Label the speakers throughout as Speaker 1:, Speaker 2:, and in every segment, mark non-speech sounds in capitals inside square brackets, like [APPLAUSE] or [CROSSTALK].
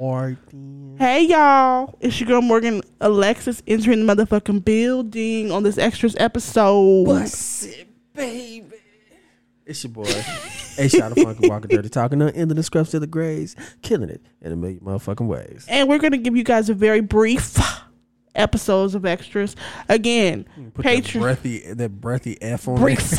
Speaker 1: Martin.
Speaker 2: Hey y'all, it's your girl Morgan Alexis entering the motherfucking building on this extras episode.
Speaker 1: it, baby. It's your boy. A shot of fucking walking dirty, talking none, ending the scrubs to the grays, killing it in a million motherfucking ways.
Speaker 2: And we're gonna give you guys a very brief episodes of extras. Again,
Speaker 3: Put that
Speaker 2: Patreon
Speaker 3: breathy, that breathy F on it.
Speaker 2: brief.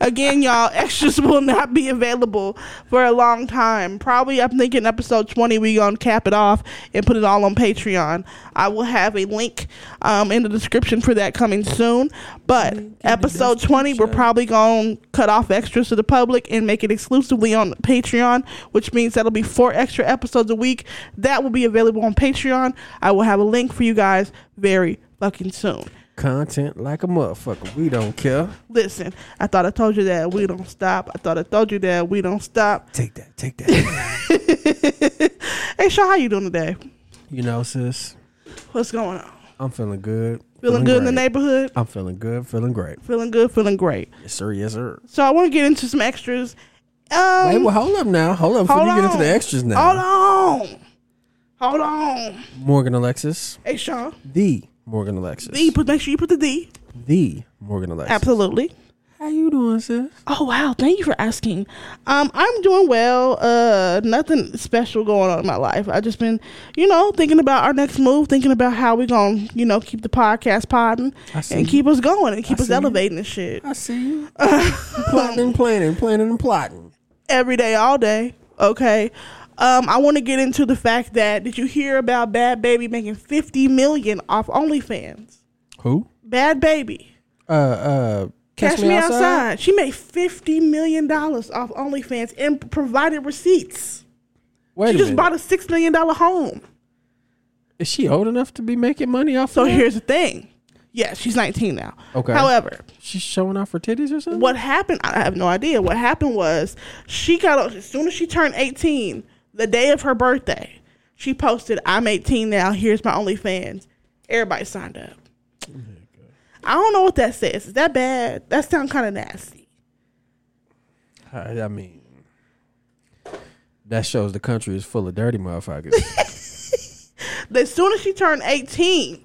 Speaker 2: Again, y'all, [LAUGHS] extras will not be available for a long time. Probably, I'm thinking episode 20, we going to cap it off and put it all on Patreon. I will have a link um, in the description for that coming soon. But episode 20, we're probably going to cut off extras to the public and make it exclusively on Patreon, which means that'll be four extra episodes a week. That will be available on Patreon. I will have a link for you guys very fucking soon.
Speaker 1: [LAUGHS] Content like a motherfucker. We don't care.
Speaker 2: Listen, I thought I told you that we don't stop. I thought I told you that we don't stop. [LAUGHS]
Speaker 1: Take that. Take that.
Speaker 2: Hey, Shaw, how you doing today?
Speaker 1: [LAUGHS] you know, sis,
Speaker 2: What's going on?
Speaker 1: I'm feeling good.
Speaker 2: Feeling good in the
Speaker 1: great.
Speaker 2: neighborhood?
Speaker 1: I'm feeling good. Feeling great.
Speaker 2: Feeling good, feeling great.
Speaker 1: Yes, sir. Yes, sir.
Speaker 2: So I want to get into some extras.
Speaker 1: Hey,
Speaker 2: Um,
Speaker 1: well, hold up now. Hold up. Before
Speaker 2: hold
Speaker 1: you get into
Speaker 2: on.
Speaker 1: the extras now.
Speaker 2: hold on. Hold on.
Speaker 1: Morgan Alexis.
Speaker 2: Hey, Shaw.
Speaker 1: The Morgan Alexis.
Speaker 2: D, put, make sure you put the D.
Speaker 1: the Morgan Alexis.
Speaker 2: Absolutely.
Speaker 1: How you doing, sis?
Speaker 2: Oh, wow. Thank you for asking. Um, I'm doing well. Uh, nothing special going on in my life. i just been, you know, thinking about our next move, thinking about how we're going to, you know, keep the podcast podding
Speaker 1: I see.
Speaker 2: and keep us going and keep
Speaker 1: I
Speaker 2: us
Speaker 1: see you.
Speaker 2: elevating and shit.
Speaker 1: I see you. plotting and [LAUGHS] planning, planning and plotting.
Speaker 2: every day, all day. Okay. Um, I want to get into the fact that did you hear about Bad Baby making fifty million off OnlyFans?
Speaker 1: Who?
Speaker 2: Bad Baby,
Speaker 1: Uh, uh.
Speaker 2: catch, me, outside. She made fifty million dollars off OnlyFans and p- provided receipts.
Speaker 1: Wait
Speaker 2: she
Speaker 1: a
Speaker 2: just
Speaker 1: minute.
Speaker 2: bought a six million dollar home.
Speaker 1: Is she old enough to be making money off?
Speaker 2: So
Speaker 1: of that?
Speaker 2: here's the thing. Yes, she's nineteen now.
Speaker 1: Okay.
Speaker 2: However,
Speaker 1: she's showing off her titties or something.
Speaker 2: what happened i have no idea what happened was she got as soon as she turned 18 the day of her birthday she posted i'm 18 now here's my onlyfans everybody signed up i don't know what that says is that bad that sound kind of nasty
Speaker 1: I, I mean, that shows the country is full of dirty
Speaker 2: [LAUGHS]
Speaker 1: motherfuckers.
Speaker 2: as soon as she turned 18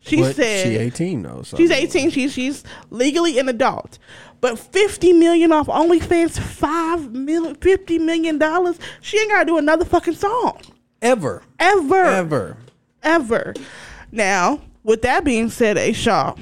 Speaker 2: she
Speaker 1: But
Speaker 2: said
Speaker 1: she eighteen though. So
Speaker 2: she's 18 she, she's legally an adult but 50 million off onlyfans 5 million 50 million dollars she ain't gotta do another fucking song
Speaker 1: Ever,
Speaker 2: ever
Speaker 1: ever.
Speaker 2: ever. Now, with that being said, A Shaw,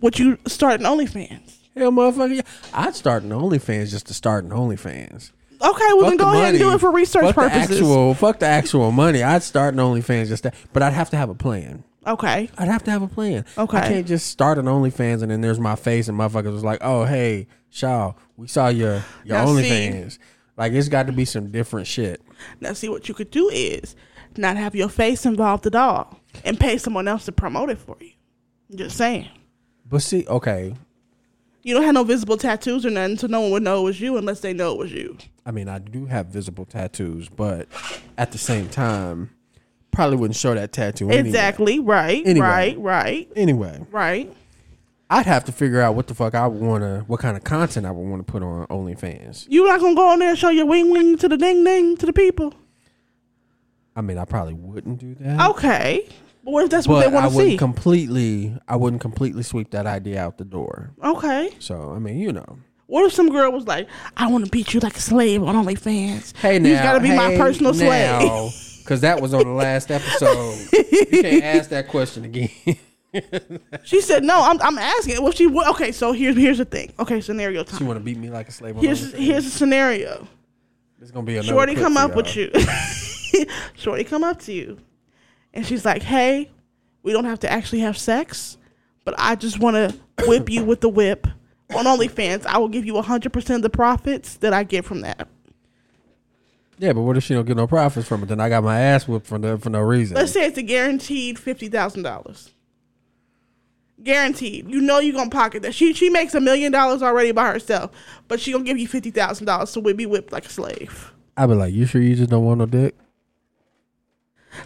Speaker 2: would you start an OnlyFans?
Speaker 1: Hell, motherfucker! yeah. I'd start an OnlyFans just to start an OnlyFans.
Speaker 2: Okay, well
Speaker 1: Fuck
Speaker 2: then
Speaker 1: the
Speaker 2: go ahead and do
Speaker 1: money.
Speaker 2: it for research
Speaker 1: fuck
Speaker 2: purposes.
Speaker 1: The actual, fuck the actual money. I'd start an OnlyFans just that, but I'd have to have a plan.
Speaker 2: okay.
Speaker 1: I'd have to have a plan.
Speaker 2: Okay.
Speaker 1: I can't just start an OnlyFans and then there's my face and motherfuckers was like, oh hey, Shaw, we saw your your
Speaker 2: Now, see-
Speaker 1: OnlyFans. Like it's got to be some different shit.
Speaker 2: Now see what you could do is not have your face involved at all and pay someone else to promote it for you. Just saying.
Speaker 1: But see, okay,
Speaker 2: You don't have no visible tattoos or nothing, so no one would know it was you unless they know it was you.
Speaker 1: I mean I do have visible tattoos, but at the same time, probably wouldn't show that tattoo. anyway.
Speaker 2: Exactly. Right.
Speaker 1: Anyway.
Speaker 2: Right. Right.
Speaker 1: Anyway,
Speaker 2: Right.
Speaker 1: I'd have to figure out what the fuck I would wanna, what kind of content I would want to put on OnlyFans.
Speaker 2: You not gonna go on there and show your wing wing to the ding ding to the people.
Speaker 1: I mean, I probably wouldn't do that.
Speaker 2: Okay. But what if that's what
Speaker 1: but
Speaker 2: they
Speaker 1: I
Speaker 2: want to
Speaker 1: wouldn't
Speaker 2: Oh, see?
Speaker 1: completely, I wouldn't completely sweep that idea out the door.
Speaker 2: okay.
Speaker 1: So I mean, you know.
Speaker 2: What if some girl was like, "I want to beat you like a slave on OnlyFans"?
Speaker 1: Hey now,
Speaker 2: you gotta be my
Speaker 1: hey
Speaker 2: personal slave.
Speaker 1: now, Cause that was on the last episode. you
Speaker 2: [LAUGHS]
Speaker 1: can't ask that question again.
Speaker 2: [LAUGHS]
Speaker 1: [LAUGHS]
Speaker 2: She said, "No, I'm, I'm asking." Well, she would. Okay, so here's here's the thing. Okay, scenario
Speaker 1: you
Speaker 2: time.
Speaker 1: want to beat me like a slave? On
Speaker 2: Here's
Speaker 1: OnlyFans?
Speaker 2: here's a scenario.
Speaker 1: It's gonna be another.
Speaker 2: Shorty
Speaker 1: clip
Speaker 2: come
Speaker 1: for
Speaker 2: up with
Speaker 1: y'all.
Speaker 2: you. [LAUGHS] Shorty come up to you, and she's like, "Hey, we don't have to actually have sex, but I just want to [COUGHS] whip you with the whip on OnlyFans. I will give you 100 percent of the profits that I get from that."
Speaker 1: Yeah, but what if she don't get no profits from it? Then I got my ass whipped for no, for no reason.
Speaker 2: Let's say it's a guaranteed fifty thousand dollars. Guaranteed. You know you're gonna pocket that. She she makes a million dollars already by herself, but she gonna give you fifty thousand dollars to be whipped like a slave.
Speaker 1: I'd be like, you sure you just don't want no dick?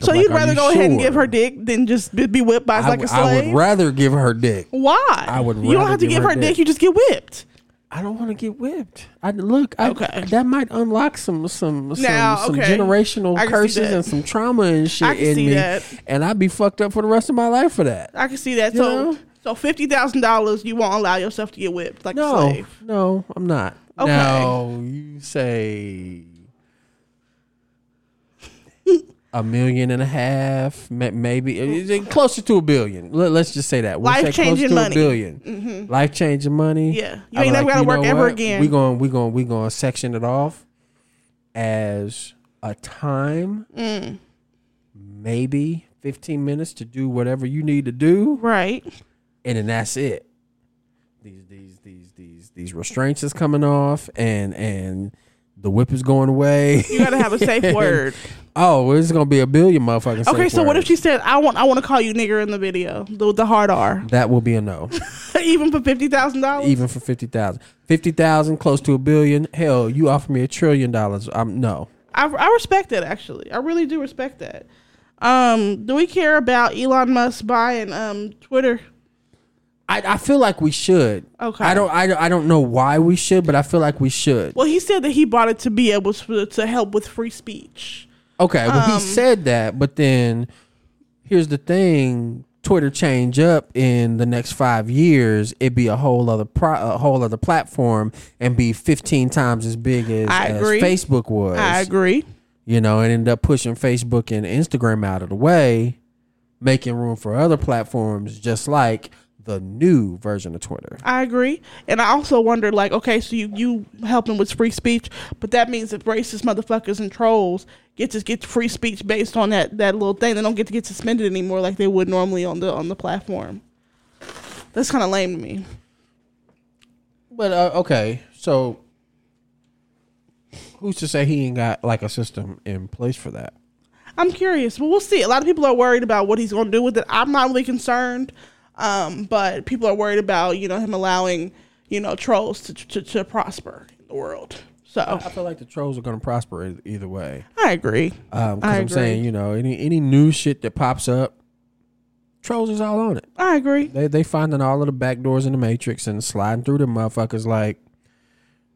Speaker 2: So
Speaker 1: like,
Speaker 2: you'd
Speaker 1: are
Speaker 2: rather
Speaker 1: you
Speaker 2: go ahead and give
Speaker 1: sure?
Speaker 2: her dick than just be, be whipped by
Speaker 1: I
Speaker 2: like a
Speaker 1: w- I
Speaker 2: slave.
Speaker 1: would rather give her dick.
Speaker 2: Why?
Speaker 1: I would
Speaker 2: You don't
Speaker 1: rather
Speaker 2: have to
Speaker 1: give
Speaker 2: give
Speaker 1: her
Speaker 2: her dick.
Speaker 1: dick.
Speaker 2: You just get whipped.
Speaker 1: I don't want to get whipped. I look. I,
Speaker 2: Okay.
Speaker 1: That might unlock some some some,
Speaker 2: Now,
Speaker 1: some
Speaker 2: okay.
Speaker 1: generational
Speaker 2: I can see
Speaker 1: curses
Speaker 2: that.
Speaker 1: and some trauma and shit
Speaker 2: I can
Speaker 1: in
Speaker 2: see
Speaker 1: me,
Speaker 2: that.
Speaker 1: and I'd be fucked up for the rest of my life for that.
Speaker 2: I can see that.
Speaker 1: You
Speaker 2: so,
Speaker 1: know?
Speaker 2: so fifty thousand dollars, you won't allow yourself to get whipped like
Speaker 1: No,
Speaker 2: a slave.
Speaker 1: no, I'm not.
Speaker 2: Okay.
Speaker 1: Now you say a million and a half, ma- maybe it's uh, closer to a billion. Let, us just say that say close
Speaker 2: Life-changing
Speaker 1: to
Speaker 2: money. Mm-hmm.
Speaker 1: A 1000000000 Life changing money.
Speaker 2: Yeah. You
Speaker 1: I'm
Speaker 2: ain't never gotta
Speaker 1: you
Speaker 2: work
Speaker 1: know
Speaker 2: ever
Speaker 1: what?
Speaker 2: again.
Speaker 1: We going we going we going to section it off as a time,
Speaker 2: Mm.
Speaker 1: maybe fifteen minutes to do whatever you need to do
Speaker 2: Right.
Speaker 1: and then that's it. These these these these these restraints is coming off, and and the whip is going away. [LAUGHS]
Speaker 2: You gotta have a safe word.
Speaker 1: oh, it's gonna be a billion motherfucking.
Speaker 2: Okay,
Speaker 1: safe
Speaker 2: so what if
Speaker 1: words.
Speaker 2: she said, "I want, I want to call you nigger in the video, the, the hard R, [LAUGHS]
Speaker 1: That will be a no,
Speaker 2: even for fifty thousand dollars."
Speaker 1: even for fifty thousand. Fifty thousand, close to a billion. Hell, you offer me a trillion dollars. I'm no.
Speaker 2: I, I respect that actually. I really do respect that. Um, do we care about Elon Musk buying um Twitter?
Speaker 1: I, I feel like we should.
Speaker 2: Okay.
Speaker 1: I don't. I, don't- I don't know why we should, but I feel like we should.
Speaker 2: Well, he said that he bought it to be able to, to help with free speech.
Speaker 1: Okay, well
Speaker 2: Um,
Speaker 1: he said that, but then here's the thing: Twitter change up in the next five years, it'd be a whole other pro- a whole other platform, and be 15 times as big as,
Speaker 2: I
Speaker 1: as
Speaker 2: agree.
Speaker 1: Facebook was.
Speaker 2: I agree.
Speaker 1: You know, and end up pushing Facebook and Instagram out of the way, making room for other platforms, just like the new version of Twitter.
Speaker 2: I agree. And I also wonder, like, okay, so you you helping with free speech, but that means that racist motherfuckers and trolls get to get free speech based on that that little thing. They don't get to get suspended anymore like they would normally on the on the platform. That's kind of lame to me.
Speaker 1: But uh, okay, so who's to say he ain't got like a system in place for that?
Speaker 2: I'm curious. Well, we'll see. A lot of people are worried about what he's going to do with it. I'm not really concerned, um, but people are worried about you know him allowing you know trolls to to, to prosper in the world. So
Speaker 1: I feel like the trolls are going to prosper e- either way.
Speaker 2: I agree.
Speaker 1: Um,
Speaker 2: I
Speaker 1: i I'm
Speaker 2: agree.
Speaker 1: saying, you know, any any new shit that pops up, trolls is all on it.
Speaker 2: I agree.
Speaker 1: They they finding all of the back doors in the matrix and sliding through them motherfuckers like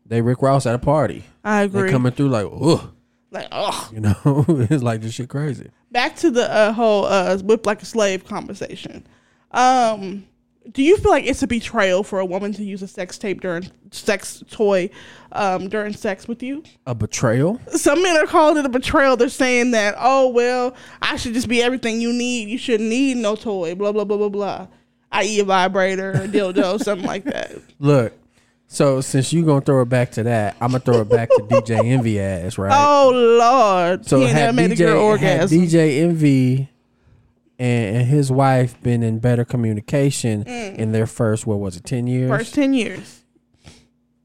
Speaker 1: they Rick Ross at a party.
Speaker 2: I
Speaker 1: They
Speaker 2: agree.
Speaker 1: coming through like, ugh,
Speaker 2: like, oh,
Speaker 1: you know, [LAUGHS] it's like this shit crazy.
Speaker 2: back to the uh, whole uh, whip like a slave conversation. Um, do you feel like it's a betrayal for a woman to use a sex tape during sex toy um, during sex with you?
Speaker 1: A betrayal.
Speaker 2: Some men are calling it a betrayal. They're saying that, oh well, I should just be everything you need. You shouldn't need no toy. Blah blah blah blah blah. I.e. a vibrator, a dildo, [LAUGHS] something like that.
Speaker 1: Look, so since you gonna throw it back to that, I'm gonna throw it back to DJ Envy ass, right?
Speaker 2: Oh lord,
Speaker 1: So
Speaker 2: he ain't
Speaker 1: had
Speaker 2: never made a girl
Speaker 1: DJ, had
Speaker 2: orgasm.
Speaker 1: DJ Envy and, and his wife been in better communication in their first what was it ten years?
Speaker 2: Mm. First ten years.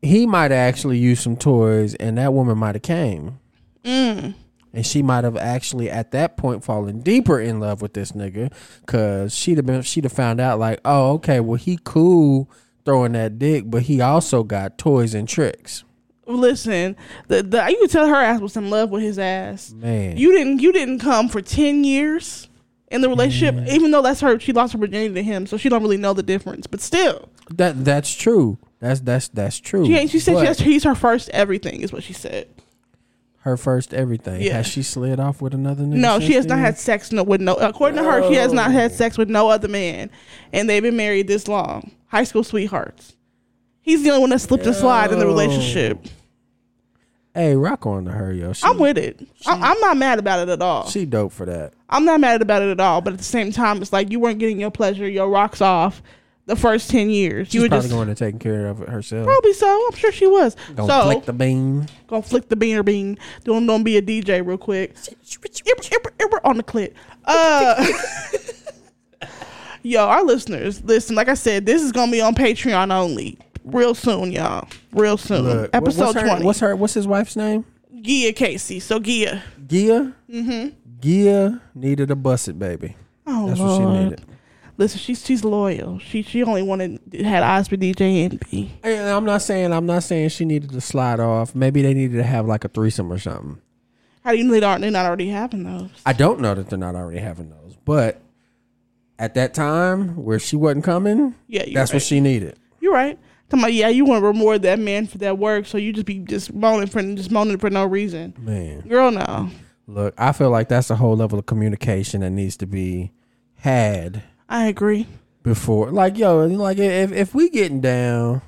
Speaker 1: He might have actually used some toys, and that woman might have came,
Speaker 2: Mm.
Speaker 1: and she might have actually at that point fallen deeper in love with this nigga, cause she'd have been she'd have found out like, oh okay, well he cool throwing that dick, but he also got toys and tricks.
Speaker 2: Listen, the, the you could tell her ass was in love with his ass.
Speaker 1: Man,
Speaker 2: You didn't you didn't come for ten years in the relationship,
Speaker 1: Mm.
Speaker 2: even though that's her. She lost her virginity to him, so she don't really know the difference. But still,
Speaker 1: that that's true. That's that's that's true.
Speaker 2: she ain't. She said
Speaker 1: But-
Speaker 2: yes, he's her first everything, is what she said.
Speaker 1: her first everything.
Speaker 2: Yeah.
Speaker 1: Has she slid off with another nigga?
Speaker 2: No,
Speaker 1: since
Speaker 2: she has not
Speaker 1: then?
Speaker 2: had sex no, with no. According to her, she has not
Speaker 1: Oh.
Speaker 2: had sex with no other man, and they've been married this long. High school sweethearts. He's the only one that slipped and slide in the
Speaker 1: Yo.
Speaker 2: relationship.
Speaker 1: Hey, rock on to her, yo. She,
Speaker 2: I'm with it. I, I'm not mad about it at all.
Speaker 1: she dope for that.
Speaker 2: I'm not mad about it at all, but at the same time, it's like you weren't getting your pleasure, your rocks off the first 10 years.
Speaker 1: She's
Speaker 2: you were
Speaker 1: probably
Speaker 2: just.
Speaker 1: going to taking care of it herself.
Speaker 2: Probably so. I'm sure she was.
Speaker 1: Gonna
Speaker 2: so,
Speaker 1: flick the beam.
Speaker 2: gonna flick the beaner bean. Don't, don't be a DJ real quick. Ibra, ibra, ibra on the clip. Uh, [LAUGHS] yo, our listeners, listen, like I said, this is gonna be on Patreon only. Real soon, y'all. Real soon.
Speaker 1: Look, wha-
Speaker 2: Episode
Speaker 1: what's her,
Speaker 2: 20.
Speaker 1: What's her? What's his wife's name?
Speaker 2: Gia Casey. So, Gia.
Speaker 1: Gia. Mm-hmm. Gia needed a busted baby.
Speaker 2: Oh,
Speaker 1: That's
Speaker 2: Lord.
Speaker 1: what she needed.
Speaker 2: Listen, she's she's loyal. She she only wanted had eyes for DJ Envy.
Speaker 1: And I'm not saying I'm not saying she needed to slide off. Maybe they needed to have like a threesome or something.
Speaker 2: How do you know they aren't they not already having those?
Speaker 1: I don't know that they're not already having those, but at that time where she wasn't coming,
Speaker 2: Yeah, you're
Speaker 1: that's
Speaker 2: right.
Speaker 1: what she needed.
Speaker 2: You're right. I'm like, yeah, you want to reward that man for that work, so you just be just moaning for just moaning for no reason.
Speaker 1: Man,
Speaker 2: Girl, no.
Speaker 1: look, I feel like that's a whole level of communication that needs to be had
Speaker 2: I agree.
Speaker 1: before. Like, yo, like if if we getting down,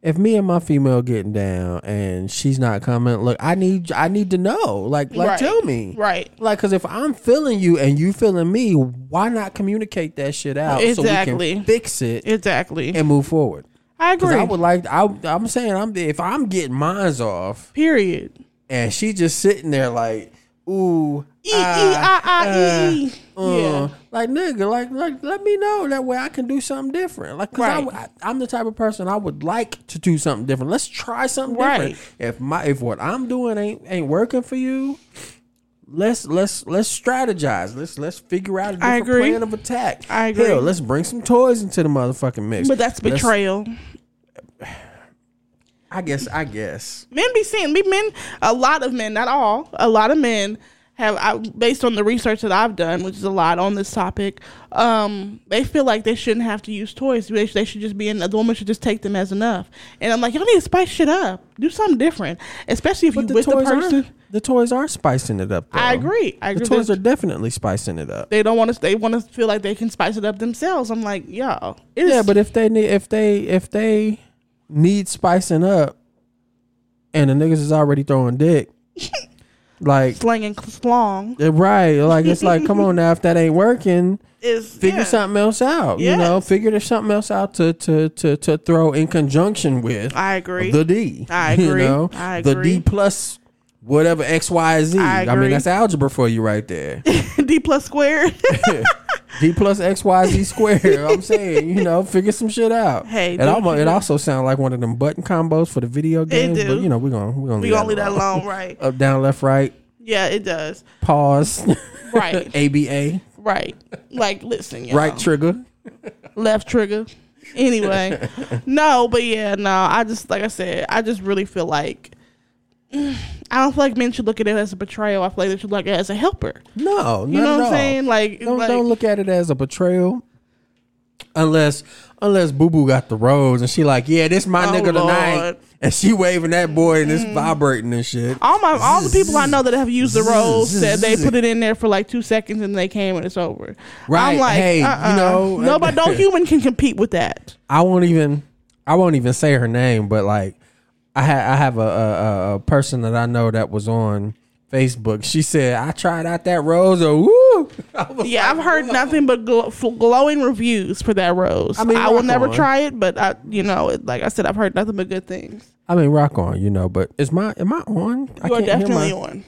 Speaker 1: if me and my female getting down and she's not coming, look, I need I need to know. Like, like
Speaker 2: Right.
Speaker 1: tell me.
Speaker 2: Right.
Speaker 1: Like, cause if I'm feeling you and you feeling me, why not communicate that shit out so we
Speaker 2: Exactly.
Speaker 1: can fix it
Speaker 2: Exactly.
Speaker 1: and move forward?
Speaker 2: I
Speaker 1: Cause
Speaker 2: agree.
Speaker 1: I would like I I'm saying I'm if I'm getting mines off
Speaker 2: Period.
Speaker 1: and she just sitting there like ooh
Speaker 2: E e i i e e.
Speaker 1: uh,
Speaker 2: Yeah.
Speaker 1: like nigga, like like let me know that way I can do something different. Like, cause I
Speaker 2: Right.
Speaker 1: I, am the type of person I would like to do something different. Let's try something
Speaker 2: Right.
Speaker 1: different. If my if what I'm doing ain't ain't working for you, let's let's let's strategize. Let's let's figure out a
Speaker 2: I
Speaker 1: different
Speaker 2: agree.
Speaker 1: plan of attack.
Speaker 2: I agree.
Speaker 1: Hell, let's bring some toys into the motherfucking mix.
Speaker 2: But that's
Speaker 1: Let's-
Speaker 2: betrayal.
Speaker 1: I guess. I guess.
Speaker 2: men be seeing me men a lot of men not all a lot of men have I, based on the research that i've done which is a lot on this topic um, they feel like they shouldn't have to use toys they, they should just be in the woman should just take them as enough and i'm like y'all need to spice shit up do something different especially if you
Speaker 1: But the
Speaker 2: with the
Speaker 1: toys
Speaker 2: person
Speaker 1: are the toys are spicing it up. Though.
Speaker 2: i agree i
Speaker 1: The
Speaker 2: agree
Speaker 1: toys
Speaker 2: They-
Speaker 1: are definitely spicing it up.
Speaker 2: they don't want to they want to feel like they can spice it up themselves i'm like yo it is
Speaker 1: Yeah, but if they need if they if they need spicing up and the niggas is already throwing
Speaker 2: [LAUGHS]
Speaker 1: dick, like
Speaker 2: slinging slong
Speaker 1: eh, right, like it's like come on now, if that ain't working,
Speaker 2: is
Speaker 1: figure
Speaker 2: yeah.
Speaker 1: something else out. You know,
Speaker 2: Yes.
Speaker 1: figure there's something else out to to to to throw in conjunction with
Speaker 2: i agree
Speaker 1: the D. [LAUGHS]
Speaker 2: I
Speaker 1: You
Speaker 2: agree.
Speaker 1: know,
Speaker 2: I
Speaker 1: the D
Speaker 2: agree.
Speaker 1: plus whatever X Y Z.
Speaker 2: I
Speaker 1: I mean
Speaker 2: agree.
Speaker 1: that's algebra for you right there.
Speaker 2: [LAUGHS] d plus square
Speaker 1: D plus X Y Z squared. I'm saying, you know, figure some shit out.
Speaker 2: Hey,
Speaker 1: it
Speaker 2: don't
Speaker 1: almost
Speaker 2: you-
Speaker 1: it also sounds like one of them button combos for the video game.
Speaker 2: do.
Speaker 1: But you know, we're gonna we're gonna
Speaker 2: [LAUGHS] we gonna leave that alone
Speaker 1: [LAUGHS]
Speaker 2: right
Speaker 1: Up, down, left, right,
Speaker 2: yeah it does
Speaker 1: pause, [LAUGHS]
Speaker 2: Right.
Speaker 1: ABA,
Speaker 2: Right. Like, listen, y'all.
Speaker 1: right trigger.
Speaker 2: left trigger.
Speaker 1: [LAUGHS]
Speaker 2: Anyway, no, but yeah, no. I just like I said, I just really feel like I don't feel like men should look at it as a betrayal. I feel like they should look at it as a helper.
Speaker 1: No,
Speaker 2: You
Speaker 1: not at
Speaker 2: know what I'm
Speaker 1: all.
Speaker 2: saying? Like,
Speaker 1: Don't
Speaker 2: like
Speaker 1: don't look at it as a betrayal. Unless unless Boo Boo got the rose and she like, yeah, this my
Speaker 2: Oh,
Speaker 1: nigga tonight.
Speaker 2: Lord. Mm.
Speaker 1: And she waving that boy and it's vibrating and shit.
Speaker 2: all my all the people I know that have used the role said they put it in there for like two seconds and they came and it's over.
Speaker 1: Right.
Speaker 2: I'm like,
Speaker 1: Hey, you
Speaker 2: uh-uh.
Speaker 1: know- uh, [LAUGHS]
Speaker 2: nobody, no human can compete with that.
Speaker 1: I won't even I won't even say her name, but like I ha- I have a, a a- a person that I know that was on Facebook. She said I tried out that rose. Or, woo! I [LAUGHS] was
Speaker 2: Yeah, I've
Speaker 1: like,
Speaker 2: heard nothing but gl- f- glowing reviews for that rose.
Speaker 1: I
Speaker 2: I,
Speaker 1: mean,
Speaker 2: will
Speaker 1: rock
Speaker 2: never
Speaker 1: on.
Speaker 2: try it, but I, you know, it, like I said, I've heard nothing but good things.
Speaker 1: I mean, rock on, you know. But is my am I on? I
Speaker 2: You are
Speaker 1: hear
Speaker 2: definitely
Speaker 1: my,
Speaker 2: on.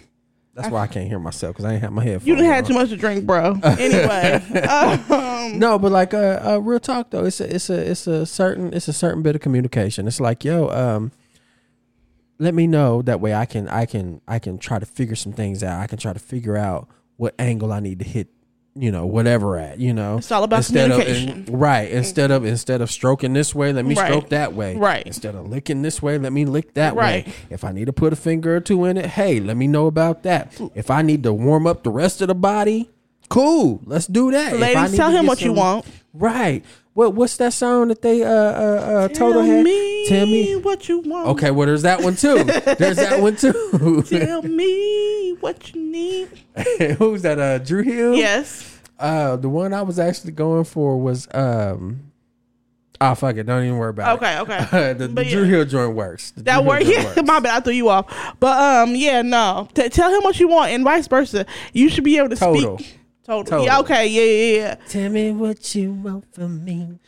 Speaker 1: That's why I can't hear myself because I ain't have my headphones.
Speaker 2: You didn't have
Speaker 1: on.
Speaker 2: too much to drink, bro.
Speaker 1: [LAUGHS]
Speaker 2: Anyway, um,
Speaker 1: No, but like uh, uh real talk though, it's a it's a it's a certain it's a certain bit of communication. It's like, yo, um let me know that way I can I can I can try to figure some things out. I can try to figure out what angle I need to hit, you know, whatever at, you know.
Speaker 2: It's all about
Speaker 1: instead of-
Speaker 2: communication. Mm.
Speaker 1: in- right. Instead of instead of stroking this way, let me
Speaker 2: Right.
Speaker 1: stroke that way.
Speaker 2: Right.
Speaker 1: Instead of licking this way, let me lick that
Speaker 2: Right.
Speaker 1: way. If I need to put a finger or two in it, hey, let me know about that. If I need to warm up the rest of the body, cool. Let's do that. If I
Speaker 2: ladies,
Speaker 1: need
Speaker 2: tell
Speaker 1: to
Speaker 2: him
Speaker 1: get
Speaker 2: what you
Speaker 1: some-
Speaker 2: want.
Speaker 1: Right. What what's that song that they uh uh, uh Toto had?
Speaker 2: me,
Speaker 1: Tell me.
Speaker 2: what you want.
Speaker 1: Okay, well there's that one too. There's that one too.
Speaker 2: Tell me what you need.
Speaker 1: [LAUGHS] Who's that? Uh Drew Hill?
Speaker 2: Yes.
Speaker 1: Uh the one I was actually going for was um Oh fuck it, don't even worry about
Speaker 2: Okay.
Speaker 1: it.
Speaker 2: Okay.
Speaker 1: Uh, [LAUGHS] the the
Speaker 2: But
Speaker 1: Drew
Speaker 2: yeah.
Speaker 1: Hill joint works. The
Speaker 2: That
Speaker 1: Drew
Speaker 2: work,
Speaker 1: Hill joint
Speaker 2: [LAUGHS] yeah. My bad, I threw you off. But um, yeah, no. T- tell him what you want, and vice versa. You should be able to
Speaker 1: Total.
Speaker 2: speak. Total.
Speaker 1: Total.
Speaker 2: Yeah. Okay. Yeah. Yeah. Yeah.
Speaker 1: Tell me what you want from me.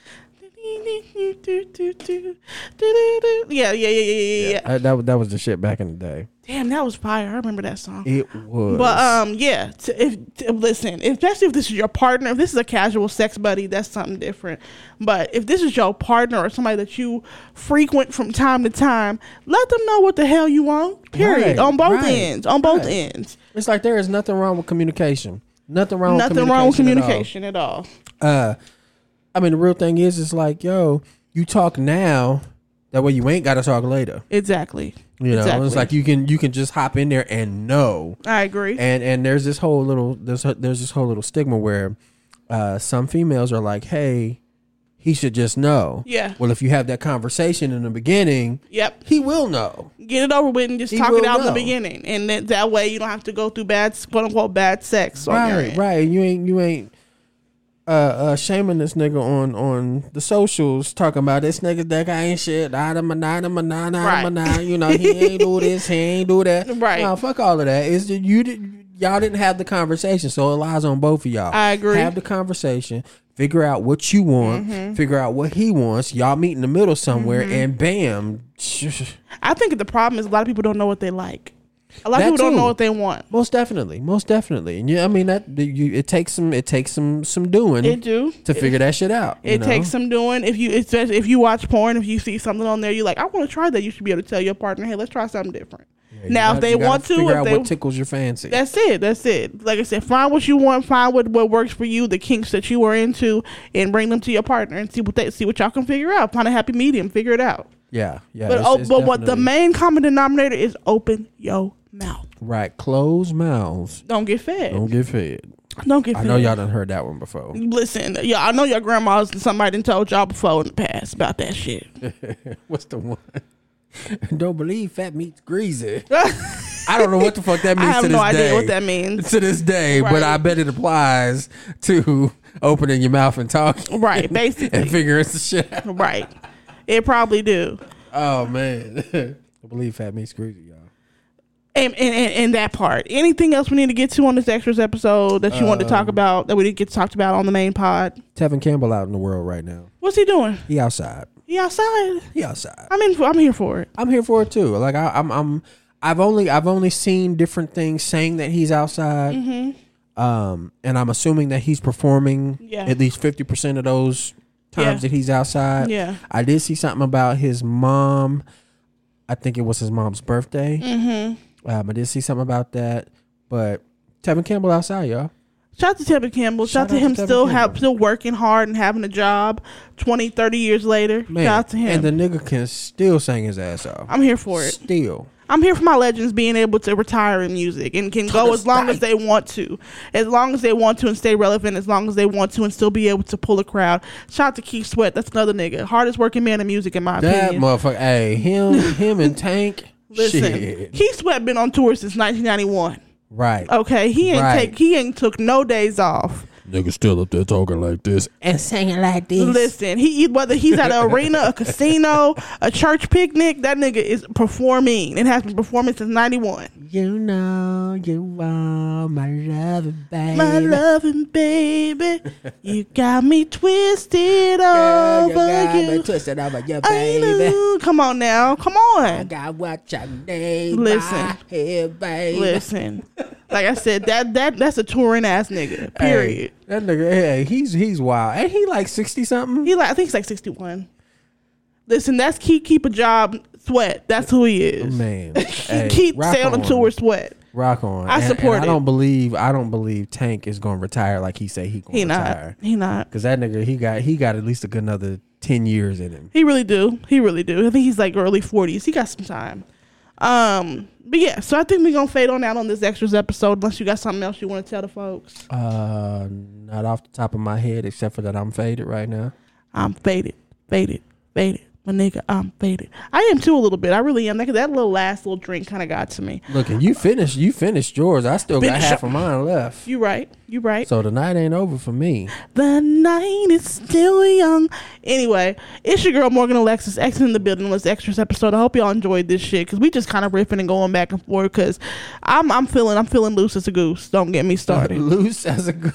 Speaker 2: Yeah, yeah, yeah, yeah, yeah, yeah.
Speaker 1: Uh, that wa- that was the shit back in the day.
Speaker 2: Damn, that was fire. I remember that song.
Speaker 1: It was.
Speaker 2: But um, yeah. T- if t- listen, especially if this is your partner, if this is a casual sex buddy, that's something different. But if this is your partner or somebody that you frequent from time to time, let them know what the hell you want. Period.
Speaker 1: Right,
Speaker 2: on both
Speaker 1: right,
Speaker 2: ends. On both
Speaker 1: right.
Speaker 2: ends.
Speaker 1: it's like there is nothing wrong with communication. Nothing wrong.
Speaker 2: Nothing
Speaker 1: with
Speaker 2: wrong with
Speaker 1: communication at all.
Speaker 2: communication at all.
Speaker 1: uh i mean the real thing is it's like yo you talk now that way you ain't gotta talk later
Speaker 2: Exactly.
Speaker 1: you know
Speaker 2: exactly.
Speaker 1: it's like you can you can just hop in there and know
Speaker 2: I agree.
Speaker 1: and and there's this whole little there's there's this whole little stigma where uh some females are like hey he should just know.
Speaker 2: Yeah.
Speaker 1: Well, if you have that conversation in the beginning,
Speaker 2: Yep.
Speaker 1: he will know.
Speaker 2: Get it over with and just
Speaker 1: He
Speaker 2: talk it
Speaker 1: will
Speaker 2: out in the
Speaker 1: know.
Speaker 2: beginning, and that, that way you don't have to go through bad, quote unquote, bad sex. on your
Speaker 1: Right,
Speaker 2: end.
Speaker 1: right. You ain't you ain't uh, uh shaming this nigga on on the socials talking about this nigga that guy ain't shit. Nah, nah, nah, nah, nah, nah, nah,
Speaker 2: Right.
Speaker 1: nah. You know he ain't do this, he ain't do that.
Speaker 2: [LAUGHS] Right.
Speaker 1: Nah, fuck all of that. Is that you did y'all didn't have the conversation, so it lies on both of y'all.
Speaker 2: I agree. Mm-hmm.
Speaker 1: Have the conversation. Figure out what you want. Figure out what he wants. Y'all meet in the middle somewhere, and bam. [LAUGHS]
Speaker 2: I think the problem is a lot of people don't know what they like. A lot
Speaker 1: That
Speaker 2: of people don't
Speaker 1: too.
Speaker 2: know what they want.
Speaker 1: Most definitely, most definitely. And yeah, I mean that you, it takes some it takes some some doing
Speaker 2: It do.
Speaker 1: to figure that shit out. you
Speaker 2: It
Speaker 1: know?
Speaker 2: takes some doing. If you especially if you watch porn, if you see something on there, you're like, I want to try that. You should be able to tell your partner, hey, let's try something different.
Speaker 1: You
Speaker 2: now,
Speaker 1: gotta-
Speaker 2: if they
Speaker 1: you gotta
Speaker 2: want to,
Speaker 1: figure
Speaker 2: if
Speaker 1: out
Speaker 2: they
Speaker 1: what tickles your fancy.
Speaker 2: that's it. That's it. Like I said, find what you want, find what, what works for you, the kinks that you are into, and bring them to your partner and see what they see what y'all can figure out. Find a happy medium, figure it out.
Speaker 1: yeah, yeah.
Speaker 2: But
Speaker 1: it's-
Speaker 2: oh,
Speaker 1: it's
Speaker 2: but what the
Speaker 1: definitely-
Speaker 2: main common denominator is open your mouth.
Speaker 1: right? Closed mouths
Speaker 2: Don't get fed.
Speaker 1: don't
Speaker 2: Don't,
Speaker 1: get fed.
Speaker 2: get
Speaker 1: I
Speaker 2: fed.
Speaker 1: know y'all done heard that one
Speaker 2: [LAUGHS]
Speaker 1: before.
Speaker 2: Listen, yeah, I know your grandma's and somebody done told y'all before in the past about that shit.
Speaker 1: What's the one? [LAUGHS] don't believe fat meat's
Speaker 2: [LAUGHS]
Speaker 1: greasy. I don't know what the fuck that
Speaker 2: I
Speaker 1: means
Speaker 2: have
Speaker 1: to this
Speaker 2: no idea
Speaker 1: day.
Speaker 2: what that means.
Speaker 1: [LAUGHS] to this day,
Speaker 2: Right.
Speaker 1: but I bet it applies to opening your mouth and talking
Speaker 2: [LAUGHS] Right,
Speaker 1: and [LAUGHS]
Speaker 2: basically.
Speaker 1: figuring some shit. out.
Speaker 2: right. It probably do.
Speaker 1: Oh man, [LAUGHS] I believe fat meat's greasy, y'all.
Speaker 2: And, and, and, and that part. Anything else we need to get to on this extras episode that you want to
Speaker 1: Um,
Speaker 2: talk about that we didn't get talked about on the main pod?
Speaker 1: Tevin Campbell out in the world right now.
Speaker 2: What's he doing?
Speaker 1: He outside.
Speaker 2: He outside.
Speaker 1: He outside.
Speaker 2: I'm in. For, I'm here for it.
Speaker 1: I'm here for it too. Like I, I'm, I'm, I've only, I've only seen different things saying that he's outside. Um, and I'm assuming that he's performing
Speaker 2: Mm-hmm. Yeah.
Speaker 1: at least fifty percent of those times
Speaker 2: Yeah.
Speaker 1: that he's outside.
Speaker 2: Yeah.
Speaker 1: I did see something about his mom. I think it was his mom's birthday. Mm-hmm.
Speaker 2: Mm.
Speaker 1: Um, I did see something about that, but Tevin Campbell outside, y'all.
Speaker 2: Shout out to Tevin Campbell. Shout,
Speaker 1: Shout
Speaker 2: out to
Speaker 1: out to
Speaker 2: him
Speaker 1: Tevin
Speaker 2: still have
Speaker 1: Campbell.
Speaker 2: still working hard and having a job 20, 30 years later.
Speaker 1: Man,
Speaker 2: Shout out to
Speaker 1: and
Speaker 2: him.
Speaker 1: the nigga can still sing his ass off.
Speaker 2: I'm here for it.
Speaker 1: Still,
Speaker 2: I'm here for my legends being able to retire in music and can go as long as they want to, as long as they want to and stay relevant, as long as they want to and still be able to pull a crowd. Shout out to Keith Sweat. That's another nigga, hardest working man in music in my
Speaker 1: that
Speaker 2: opinion.
Speaker 1: motherfucker. Hey, him, him, and Tank.
Speaker 2: [LAUGHS] Listen,
Speaker 1: shit.
Speaker 2: Keith Sweat been on tour since 1991.
Speaker 1: right.
Speaker 2: Okay, he ain't
Speaker 1: Right.
Speaker 2: take he ain't took no days off.
Speaker 3: Nigga still up there talking like this.
Speaker 1: and singing like this.
Speaker 2: Listen, he whether he's at an arena, a casino, a church picnic, that nigga is performing and has been performing since '91.
Speaker 1: You know you are my loving baby.
Speaker 2: My loving baby, you got me twisted
Speaker 1: Girl, you
Speaker 2: over
Speaker 1: got me
Speaker 2: you.
Speaker 1: twisted over your
Speaker 2: I
Speaker 1: baby.
Speaker 2: know. Come on now, come
Speaker 1: I
Speaker 2: on.
Speaker 1: got what you need.
Speaker 2: Listen.
Speaker 1: right here, baby.
Speaker 2: [LAUGHS] Listen, like I said, that that that's a touring ass nigga.
Speaker 1: Hey,
Speaker 2: Period.
Speaker 1: that nigga, hey, he's he's wild. Ain't he like sixty something?
Speaker 2: He like I think he's like sixty one. Listen, that's key. Keep a job, sweat. That's who he is.
Speaker 1: Oh, Man,
Speaker 2: [LAUGHS] He
Speaker 1: hey,
Speaker 2: keep
Speaker 1: rock
Speaker 2: staying on a tour, sweat.
Speaker 1: Rock on.
Speaker 2: I
Speaker 1: And- and
Speaker 2: support it.
Speaker 1: I don't believe I don't believe Tank is gonna retire like he say he gonna
Speaker 2: He not.
Speaker 1: retire.
Speaker 2: He not.
Speaker 1: Cause that nigga, he got he got at least a good another ten years in him.
Speaker 2: He really do. He really do. I think he's like early forties. He got some time. Um, but yeah, so I think we're gonna fade on out on this extras episode unless you got something else you wanna tell the folks.
Speaker 1: Uh, not off the top of my head, except for that I'm faded right now.
Speaker 2: I'm faded, faded, faded. My nigga, I'm faded. I am too a little bit. I really am. That, that little last little drink kinda got to me.
Speaker 1: Look, and you finished. You finished yours. I still
Speaker 2: Finish
Speaker 1: got half of mine left.
Speaker 2: You right. You right.
Speaker 1: So the night ain't over for me.
Speaker 2: The night is still young. Anyway, it's your girl Morgan Alexis X in the building with this extras episode. I hope y'all enjoyed this shit because we just kind of riffing and going back and forth. Because I'm I'm feeling I'm feeling loose as a goose. Don't get
Speaker 1: [LAUGHS]
Speaker 2: me started.
Speaker 1: Loose as a goose.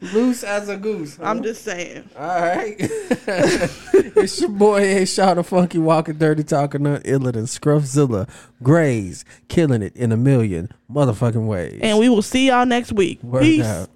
Speaker 1: Loose as a goose. huh?
Speaker 2: I'm just saying.
Speaker 1: All right. [LAUGHS] it's your boy A Shaw the Funky Walking Dirty Talking Nut Iller than Scruffzilla Grays killing it in a million motherfucking ways.
Speaker 2: And we will see y'all next week.
Speaker 1: Word
Speaker 2: Peace.
Speaker 1: out.